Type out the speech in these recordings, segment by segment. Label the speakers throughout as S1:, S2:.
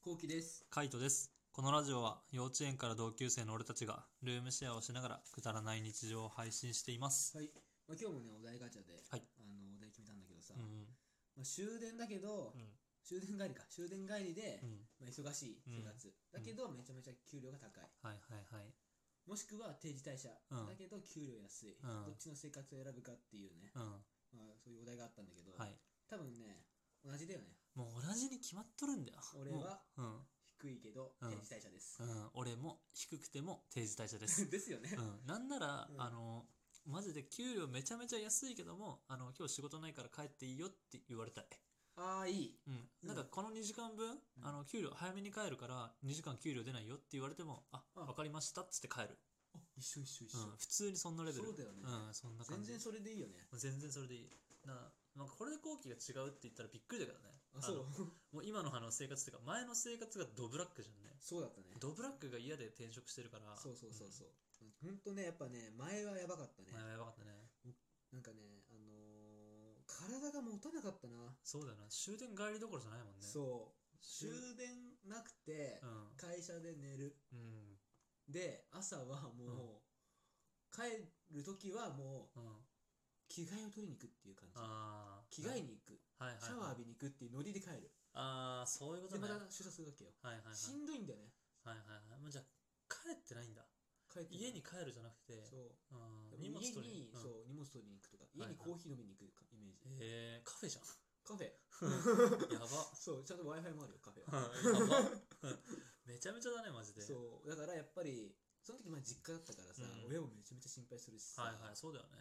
S1: こうきです。
S2: カイトです。このラジオは幼稚園から同級生の俺たちがルームシェアをしながらくだらない日常を配信しています。
S1: はい。まあ、今日もね、お題ガチャで、
S2: はい
S1: あのお題決めたんだけどさ、
S2: うん
S1: まあ、終電だけど、
S2: うん
S1: 終電帰りか、終電帰りで、
S2: う
S1: ま
S2: ん
S1: あ、忙しい生活、だけど、めちゃめちゃ給料が高い。
S2: はいはいはい。
S1: もしくは定時退社、
S2: うん
S1: だけど給料安い、
S2: うん
S1: どっちの生活を選ぶかっていうね、
S2: うん
S1: まあ、そういうお題があったんだけど、
S2: はい。
S1: 多分ね、同じだよね。
S2: もう同じに決まっとるんだよ。
S1: 俺は
S2: も
S1: 低いけど、
S2: うん
S1: 定時退社です
S2: う、う。ん、うん、俺も低くても定時退社 です。
S1: ですよね。
S2: うん、なんなら、
S1: うん
S2: あのマジで給料めちゃめちゃ安いけどもあの今日仕事ないから帰っていいよって言われたい、
S1: ああ、いい。
S2: うん、なんかこの2時間分、
S1: ん
S2: あの給料早めに帰るから2時間給料出ないよって言われてもあ
S1: あ
S2: わかりましたっつって帰る、
S1: あ一緒一緒一
S2: う
S1: 緒。
S2: ん、普通にそんなレベル
S1: そうだよね
S2: うん、そんな感
S1: 全
S2: じ
S1: 然それでいいよね。
S2: もう全然それでいいななんかこれで後期が違うって言ったらびっくりだけどね
S1: あ、そう
S2: の。もう今のあの生活っていうか前の生活がドブラックじゃんね
S1: そうだったね。
S2: ドブラックが嫌で転職してるから
S1: そうそうそうそう。ほんとね、やっぱね、前はやばかったね
S2: ん。前はやばかったね
S1: なんかね、あのー体が持たなかったな。
S2: そうだよな終電帰りどころじゃないもんね
S1: そう。
S2: 終
S1: 終電なくて
S2: う、ん、
S1: 会社で寝る。
S2: うん
S1: で、朝はもう、帰るときはもう、
S2: うん、
S1: 着替えを取りに行くっていう感
S2: ああ
S1: じ。着替えに行く。
S2: はいはいはい
S1: シャワー浴びに行くっていうノリで帰る。
S2: ああそういうこと
S1: で、
S2: ね
S1: ま
S2: はい
S1: た
S2: はい
S1: 出社するわけよ。
S2: はいはい
S1: しんどいんだよね。
S2: はいはいはいもうじゃあ帰ってないんだ
S1: 帰って
S2: 家に帰るじゃなくて
S1: そうう。
S2: ん
S1: 家
S2: 荷物
S1: に、
S2: 取りにうん
S1: そう、荷物取りに行くとか、
S2: い
S1: 家
S2: はい
S1: にコーヒー飲みに行くかイメージ。
S2: えー、カフェじゃん
S1: カフェ。
S2: やば
S1: そう、ちゃんと Wi-Fi もあるよ、カフェは。
S2: うんやばめちゃめちゃだねマジで
S1: そうだからやっぱりその時まあ実家だったからさ、
S2: うん
S1: 親もめちゃめちゃ心配するしさ、
S2: はいはいそうだよね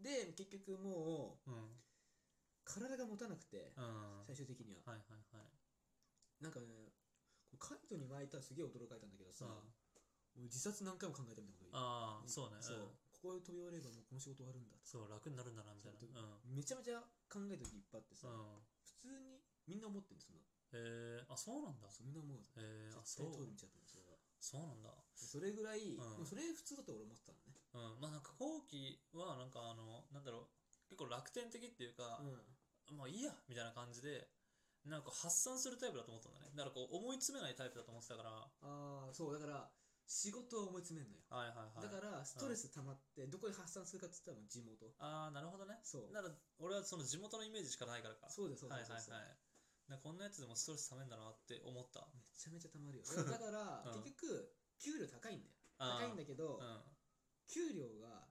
S1: で結局もう
S2: うんうん
S1: 体が持たなくて、
S2: うん
S1: 最終的には、
S2: はいはいはい
S1: なんかねこうカイトに巻いたらすげえ驚かれたんだけどさ、
S2: うん
S1: もう自殺何回も考えたみたいなこと言う
S2: ああそうね
S1: そ
S2: う
S1: うここを
S2: ん
S1: 飛び降りればもうこの仕事終わるんだと
S2: そう楽になるんだなみたいな
S1: そう
S2: うん
S1: めちゃめちゃ考えた時いっぱいあってさ、
S2: うん
S1: 普通にみんな思ってるんですよ
S2: えー、あそうなんだ
S1: そんなみんな思う
S2: えー、あ
S1: 絶
S2: そ
S1: 対通る
S2: う
S1: 道だと思うそれは
S2: そうなんだ
S1: それぐらい、
S2: うん
S1: でもそれ普通だと俺思ってたのね
S2: うん、まあなんか後期はなんかあのなんだろう結構楽天的っていうか、まあいいやみたいな感じでなんか発散するタイプだと思ったんだねだからこう思い詰めないタイプだと思ってたから
S1: うん、ああ
S2: は
S1: そうだから仕事は思い詰めんのよ
S2: いはいは
S1: だ
S2: い
S1: からストレス溜まってどこで発散するかって言ったらもう地元
S2: ああなるほどね
S1: そう
S2: なら俺はその地元のイメージしかないからか
S1: そうですそう
S2: は
S1: で
S2: いはい
S1: す、そうで
S2: はい
S1: す
S2: なんかこんなやつでもストレスためんだなって思った
S1: めちゃめちゃ溜ま るよだから
S2: うん
S1: 結局給料高いんだよ
S2: あ
S1: 高いん
S2: ー
S1: だけど
S2: うん
S1: 給料が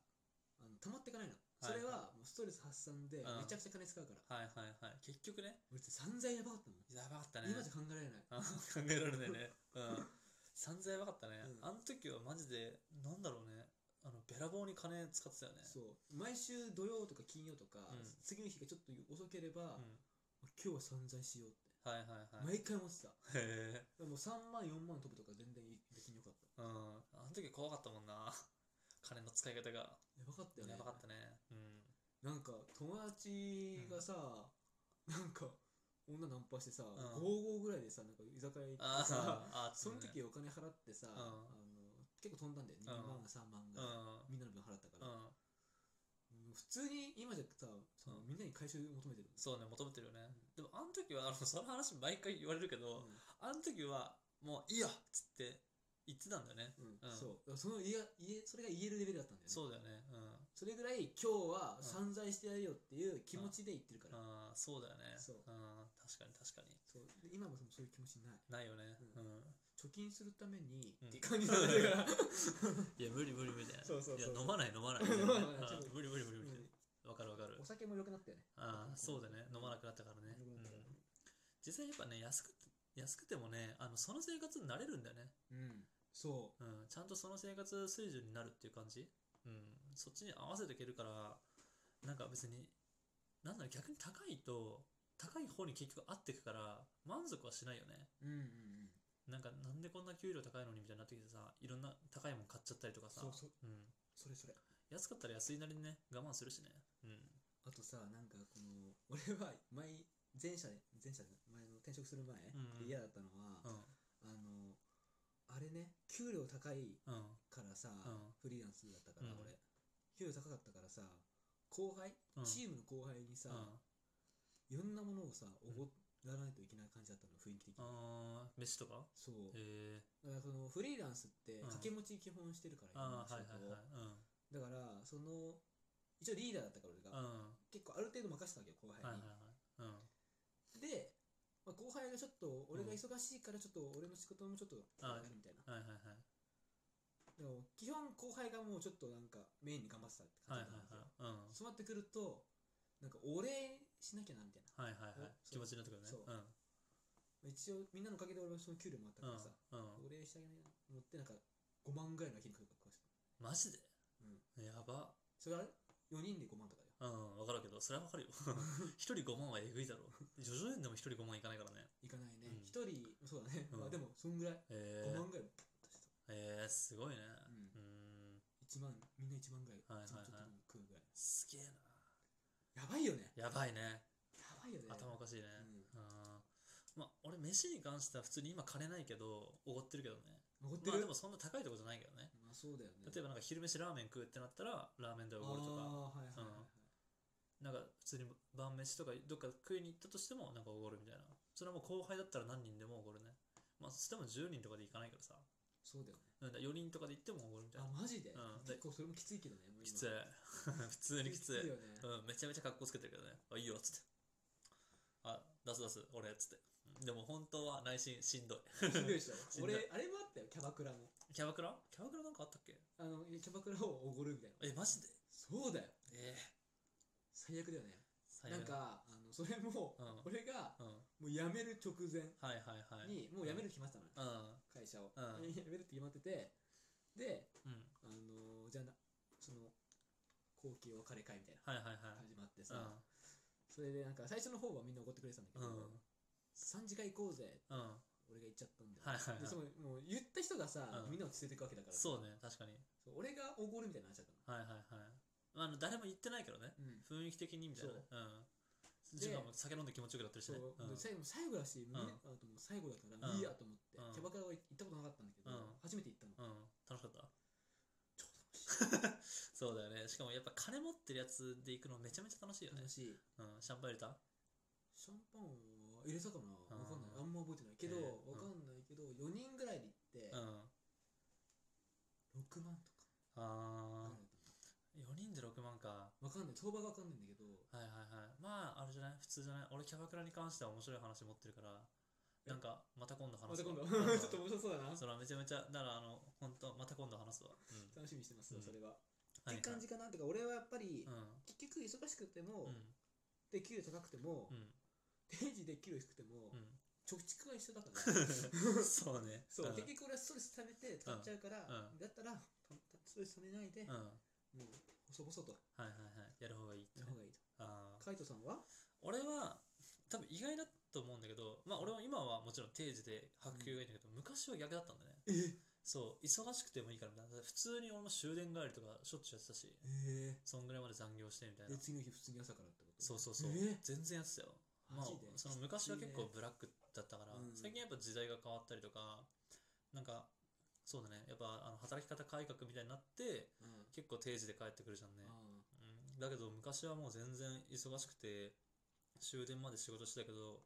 S1: あの溜まっていかないのそれはもうストレス発散でめ
S2: うん
S1: ちゃくちゃ金使うから
S2: はいはいはい結局ね
S1: 俺って散々やばかったもん
S2: やばかったね
S1: 今じゃ考えられない
S2: あ ー考えられないね。うん。散々やばかったね。
S1: うん
S2: あの時はマジで、なんだろうね。あの、べらぼうに金使ってたよね。
S1: そう毎週土曜とか金曜とか
S2: うん
S1: 次の日がちょっと遅ければ
S2: うん。
S1: 今日は散々しようって
S2: はいはいはい。へ
S1: 毎回思ってた
S2: え。
S1: もう3万4万飛ぶとか全然別によかった
S2: うん。あの時怖かったもんな。金の使い方が。
S1: やばかったよね
S2: やばかったね。う
S1: な
S2: ん。
S1: んか友達がさ、なんか女ナンパしてさ、
S2: ん
S1: 55ぐらいでさなんか居酒屋行って
S2: あー
S1: さ
S2: あー、
S1: その
S2: ね
S1: 時お金払ってさ、
S2: ん
S1: あの結構飛んだんだよ2万が3万
S2: う
S1: が、
S2: ん。
S1: みんなの分払ったか
S2: う
S1: ら、
S2: ん。
S1: うん普通に今じゃさその
S2: うん
S1: みんなに回収求めてる
S2: そうね、求めてるよね。でも、あの時は、あの、その話毎回言われるけ
S1: う
S2: ど、
S1: ん
S2: あの時は、もういいやっつって言ってたんだよね。
S1: うん
S2: うん
S1: そうその家家それが言えるレベルだったんだよね
S2: そうだよね。うん。
S1: それぐらい今日は
S2: うん
S1: 散財してやるよっていう気持ちで言ってるから、
S2: ああそうだよね
S1: そう
S2: ああ確かに確かに
S1: そうで今もそういう気持ちない
S2: ないよね
S1: う
S2: うん、
S1: 貯金するために、
S2: うん
S1: って感じなんだから、
S2: いや無理無理無理だよ
S1: そうそうそう
S2: や飲まない飲まない
S1: 飲まない
S2: うん無理無理無理無
S1: うん
S2: 理わかるわかる
S1: お酒も良くなったよね
S2: ああそうだね
S1: うん
S2: 飲まなくなったからね、
S1: 良くなったから
S2: うん実際やっぱね安くて安くてもねあのその生活になれるんだよね、
S1: うん、そ
S2: うん、ちゃんとその生活水準になるっていう感じ、うん、そっちに合わせていけるからなんか別になんだろう逆に高いと高い方に結局合っていくから満足はしないよね
S1: う。うんうんうん。
S2: なんかなんでこんな給料高いのにみたいになってきてさいろんな高いもん買っちゃったりとかさ、
S1: そうそうんそれそれ。
S2: 安かったら安いなりにね我慢するしねうん
S1: あとさ、なんかこの、俺は前、前者で、前者で、前の転職する前、
S2: うんうん
S1: 嫌だったの
S2: う
S1: は、
S2: ん
S1: あの、あれね、給料高い
S2: うん
S1: からさ、
S2: ん
S1: フリーランスだったから、
S2: うん
S1: 俺、給料高かったからさ、後輩、
S2: うん
S1: チームの後輩にさ、
S2: うん
S1: いろんなものをさ、おごらないといけない感じだったの、雰囲気的に。
S2: あー飯とか
S1: そう
S2: へえ
S1: だからそのフリーランスって
S2: ん
S1: 掛け持ち基本してるから
S2: ああ
S1: い
S2: はい
S1: ろん
S2: はい
S1: な仕事を
S2: はい
S1: だからその一応リーダーだったから俺
S2: うん
S1: が結構ある程度任せたわけよ後
S2: うんはいは
S1: 輩
S2: い
S1: に
S2: はいうん
S1: で、まあ、後輩がちょっと俺が忙しいからちょっと俺の仕事もちょっとやるみたいな
S2: はいはいはい
S1: でも基本後輩がもうちょっとなんかメインに頑張ってたって
S2: はい
S1: 感
S2: はい
S1: じなんですよそう
S2: はいうん
S1: なってくるとなんかお礼しなきゃなみたいな
S2: はいはいはい
S1: お
S2: 気持ちになってくるね
S1: そう
S2: うん
S1: 一応みんなのおかげで俺はその給料もあったから
S2: うん
S1: さ、
S2: うん
S1: お礼してあげないなと思ってなんか5万ぐらいの金額とかして
S2: マジで
S1: うん
S2: やば
S1: それあれ4人で5万とかだよ
S2: うん分かるけどそれは分かるよ 一人5万はえぐいだろ叙々苑でも一人5万いかないからね
S1: いかないね
S2: うん
S1: 1人そうだね、ま
S2: うん
S1: あでもそんぐらい
S2: え
S1: 5万ぐらいパッとして
S2: えー、すごい
S1: う
S2: ねうーん
S1: 1万みんな1万ぐらい
S2: はいはいはい
S1: ちょっと食うぐらい
S2: すげえな
S1: やばいよね
S2: やばいね
S1: やばいよね
S2: 頭おかしいね
S1: うん
S2: うんまあ俺飯に関しては普通に今金ないけどおごってるけどね
S1: 残って
S2: まあ
S1: る、
S2: で
S1: ま
S2: も
S1: あ、
S2: そんな高いとこじゃないけどね
S1: そうだよね
S2: 例えばなんか昼飯ラーメン食うってなったらラーメン代おごるとか
S1: あーはいはいはい、はい
S2: なんか普通に晩飯とかどっか食いに行ったとしてもなんかおごるみたいなそれはもう後輩だったら何人でもおごるねまあそしても10人とかで行かないからさ
S1: そうだよね
S2: うんだ4人とかで行ってもおごるみたい
S1: あ
S2: な
S1: マジで、
S2: うん
S1: 結構それもきついけどねもう今
S2: きつい 普通にきつい
S1: よね、
S2: うん、めちゃめちゃ格好つけてるけどね。あ、いいよ、つって。あ、出す出す、俺、つって。うんでも本当は内心しんどい。
S1: ひどいでしょ
S2: しんどい
S1: 俺あれもあったよキャバクラも
S2: キャバクラキャバクラなんかあったっけ
S1: あのキャバクラをおごるみたいな
S2: え、マジで
S1: そうだよ
S2: ええ
S1: 最悪だよね
S2: 最
S1: なん
S2: 悪だ、
S1: かあのそれも、
S2: うん
S1: 俺が
S2: う
S1: も
S2: ん。
S1: う辞める直前
S2: はいはいはい。
S1: に、もう辞めるって決まってたのよ、
S2: うん。
S1: 会社を、
S2: うん
S1: 辞めるって決まっててで
S2: うん。
S1: あのーじゃあなその後期お別れ会みたいな
S2: はいはいはい。
S1: 始まって
S2: う
S1: さ、
S2: ん。
S1: それでなんか最初の方はみんな怒ってくれてたんだけど、
S2: うん。
S1: 3次会行こうぜ
S2: うん。は
S1: 俺が言っちゃったんだよ、
S2: いはいはい
S1: で。そのもう言った人がさ、
S2: うん
S1: みんなを捨てていくわけだから
S2: そうね、確かに。
S1: そう俺がおごるみたいな話だった
S2: はいはいはい。あの、誰も言ってないけどね。
S1: の、うん
S2: 雰囲気的にみたいなね。うん。自分も酒飲んで気持ちよくなってるし
S1: そう
S2: ね。うん。
S1: で最後最後だし、もうねあともう最後だからいいやと思って、
S2: うん
S1: キャバクラは行ったことなかったんだけど、
S2: うん
S1: 初めて行ったの、
S2: うん。楽しかった
S1: 超
S2: そうだよね。しかもやっぱ金持ってるやつで行くのめちゃめちゃ楽しいよね
S1: 楽。しい楽しい
S2: うん、シャンパン入れた
S1: シャンパンは入れたかな
S2: あー
S1: わかんないあんま覚えてないけど、
S2: えーうん
S1: わかんないけど4人ぐらいで行って、
S2: うん。
S1: 6万とか
S2: あ
S1: わ
S2: あ、4人で6万か。
S1: かんない相場がわかんないんだけど
S2: はいはいはい。まあ、あれじゃない普通じゃない俺、キャバクラに関しては面白い話持ってるから、
S1: え
S2: なんか、また今度
S1: ま
S2: 話
S1: た
S2: すわ
S1: 今度
S2: う ん
S1: ちょっと面白そうだな
S2: それはめちゃめちゃ、だからあの、本当また今度話すわ。うん。
S1: 楽しみにしてます
S2: う
S1: よ
S2: ん
S1: それは、
S2: はい
S1: って感じかなてか俺はやっぱり、
S2: うん。
S1: 結局忙しくて
S2: う
S1: も、
S2: ん。
S1: で給料高くても、
S2: うん。
S1: 定時で給料低くても、
S2: う
S1: 貯蓄が一緒だ から
S2: ん。そうね。
S1: そう、
S2: ん
S1: 結局俺はストレス溜めて使っちゃうから、
S2: うんうん
S1: だったらたたストレス溜めないで、
S2: うん。はい
S1: もう細々と
S2: はいはい。やる方がいいって
S1: や
S2: ね
S1: る。方がいいと、
S2: ああ。
S1: カイトさんは
S2: 俺は多分意外だと思うんだけど、まあ、俺は今はもちろん定時で発給がいいんだけど、昔は逆だったんだね
S1: え
S2: そう忙しくてもいいからみたいな普通に俺も終電帰りとかしょっちゅうやってたし
S1: え
S2: そんぐらいまで残業してみたい
S1: で
S2: な
S1: 次の日普通に朝からってこと
S2: そうそうそう、
S1: え
S2: 全然やってたよ
S1: ー
S2: まあ
S1: マジで、
S2: その昔は結
S1: きつい
S2: 構
S1: ね
S2: ブラックだったから、
S1: うん
S2: 最近やっぱ時代が変わったりとかなんかそうだねやっぱあの働き方改革みたいになって
S1: うん
S2: 結構定時で帰ってくるじゃんね、
S1: あ
S2: うんだけど昔はもう全然忙しくて終電まで仕事してたけど、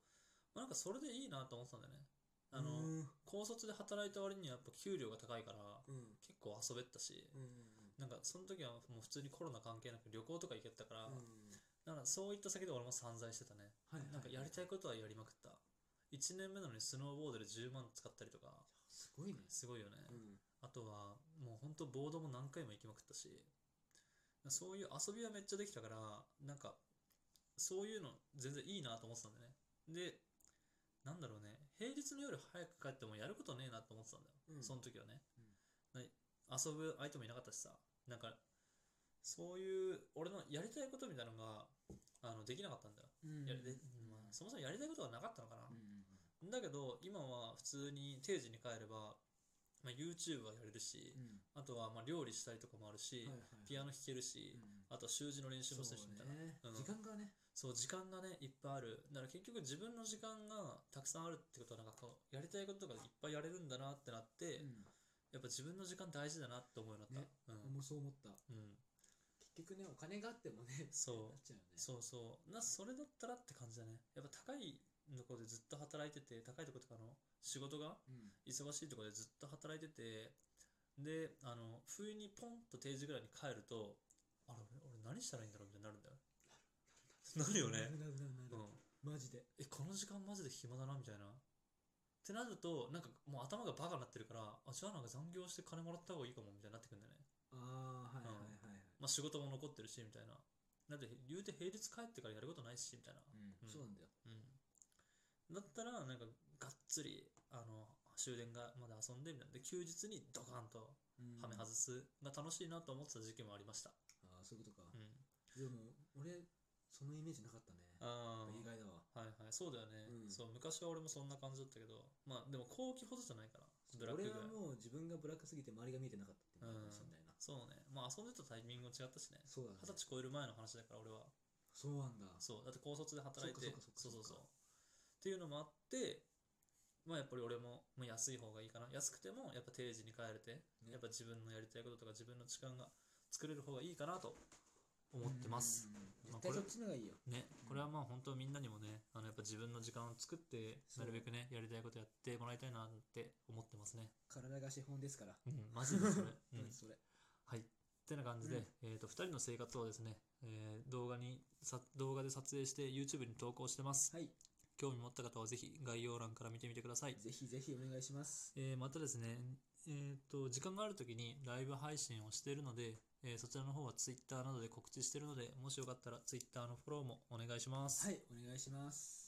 S2: まあ、なんかそれでいいなと思ってたんだよね
S1: ー
S2: あの、
S1: うんうん
S2: 高卒で働いた割にはやっぱ給料が高いから
S1: うん
S2: 結構遊べてたし、
S1: うん
S2: なんかその時はもう普通にコロナ関係なく旅行とか行けてたから、
S1: うん
S2: だからそういった先で俺も散財してたね、
S1: はいはい
S2: なんかやりたいことはやりまくった1年目なのにスノーボードで10万使ったりとか
S1: すごいね
S2: すごいよね、
S1: うん
S2: あとはもう本当ボードも何回も行きまくったしそういう遊びはめっちゃできたからなんかそういうの全然いいなと思ってたんだよねでなんだろうね平日の夜早く帰ってもやることねえなと思ってたんだよ、
S1: うん
S2: その時はね、な遊ぶ相手もいなかったしさなんかそういう俺のやりたいことみたいなのがあのできなかったんだよ、
S1: うん
S2: やり
S1: う
S2: で
S1: ん
S2: まあそもそもやりたいことはなかったのかな、
S1: うんうん
S2: だけど今は普通に定時に帰れば、まあ、YouTube はやれるし、
S1: うん
S2: あとはまあ料理したりとかもあるし、
S1: はいはい
S2: ピアノ弾ける
S1: う
S2: し、
S1: ん
S2: あとは習字の練習もするしみたいな
S1: ね
S2: うん
S1: 時間がね
S2: そう時間がねいっぱいあるだから結局自分の時間がたくさんあるってことはなんかこうやりたいこととかいっぱいやれるんだなってなって、やっぱ自分の時間大事だなって思うようになっ
S1: ね
S2: た、
S1: 俺もそう思った
S2: うん、うん、
S1: 結局ねお金があってもね
S2: そ
S1: な
S2: う
S1: っちゃうよね
S2: そうそうなそれだったらって感じだねやっぱ高いところでずっと働いてて、高いところとかの仕事が
S1: うん
S2: 忙しいところでずっと働いてて、で、あの、冬にポンと定時ぐらいに帰ると、あれ、俺俺何したらいいんだろうみたいになるんだよ。なるよ
S1: な
S2: ね
S1: る。なるなるなる
S2: うん。
S1: マジで
S2: え、この時間マジで暇だなみたいな。ってなると、なんかもう頭がバカになってるから、あ、じゃあなんか残業して金もらった方がいいかもみたいになってくるんだよね。
S1: ああはいはいはいはい
S2: まあ仕事も残ってるし、みたいな。なんで、言うて平日帰ってからやることないし、みたいな。
S1: うんそうなんだよ
S2: うん。だったら、なんか、がっつり、あの、終電がまで遊んで、みたいな。で、休日にドカンと、はめ外
S1: す
S2: すが楽しいなと思ってた時期もありました。
S1: ああそういうことか
S2: うん。
S1: でも俺そのイメージなかったね
S2: あ
S1: 意
S2: あ。
S1: 外だわ
S2: はいはい、そうだよね、
S1: うん
S2: そう、昔は俺もそんな感じだったけど、まあ、でも後期ほどじゃないから、ブラック
S1: 俺
S2: ぐらい
S1: は。もう自分がブラックすぎて周りが見えてなかったっていうのがあるかもしれないな
S2: そうね。まあ、遊んでたタイミングも違ったしね。
S1: そうだね
S2: 二十歳超える前の話だから、俺は。
S1: そうなんだ
S2: そう、だって高卒で働いて、
S1: そっかそっかそっか
S2: そうそうそう。っていうのもあって、まあやっぱり俺ももう安い方がいいかな。安くてもやっぱ定時に帰れて、
S1: ね
S2: やっぱ自分のやりたいこととか自分の時間が作れる方がいいかなと思ってます。
S1: うんうんうん
S2: ま
S1: 絶
S2: あ
S1: 対
S2: こ
S1: そ
S2: れ
S1: っちの方がいいよ
S2: ね、これはまあ本当みんなにもね、あのやっぱ自分の時間を作って、
S1: そう
S2: なるべくね、やりたいことやってもらいたいなって思ってますね。
S1: 体が資本ですから
S2: うん、マジで それ。う
S1: うんん、それ
S2: はい。ってな感じで、
S1: うん
S2: えっ、と、2人の生活をですね、えー動画にさ、動画で撮影して YouTube に投稿してます。
S1: はい
S2: 興味持った方はぜひ概要欄から見てみてください。
S1: ぜひぜひお願いします
S2: えーまたですね、えー、と時間がある時にライブ配信をしているので、えーそちらの方は Twitter などで告知しているのでもしよかったら Twitter のフォローもお願いします。
S1: はいお願いします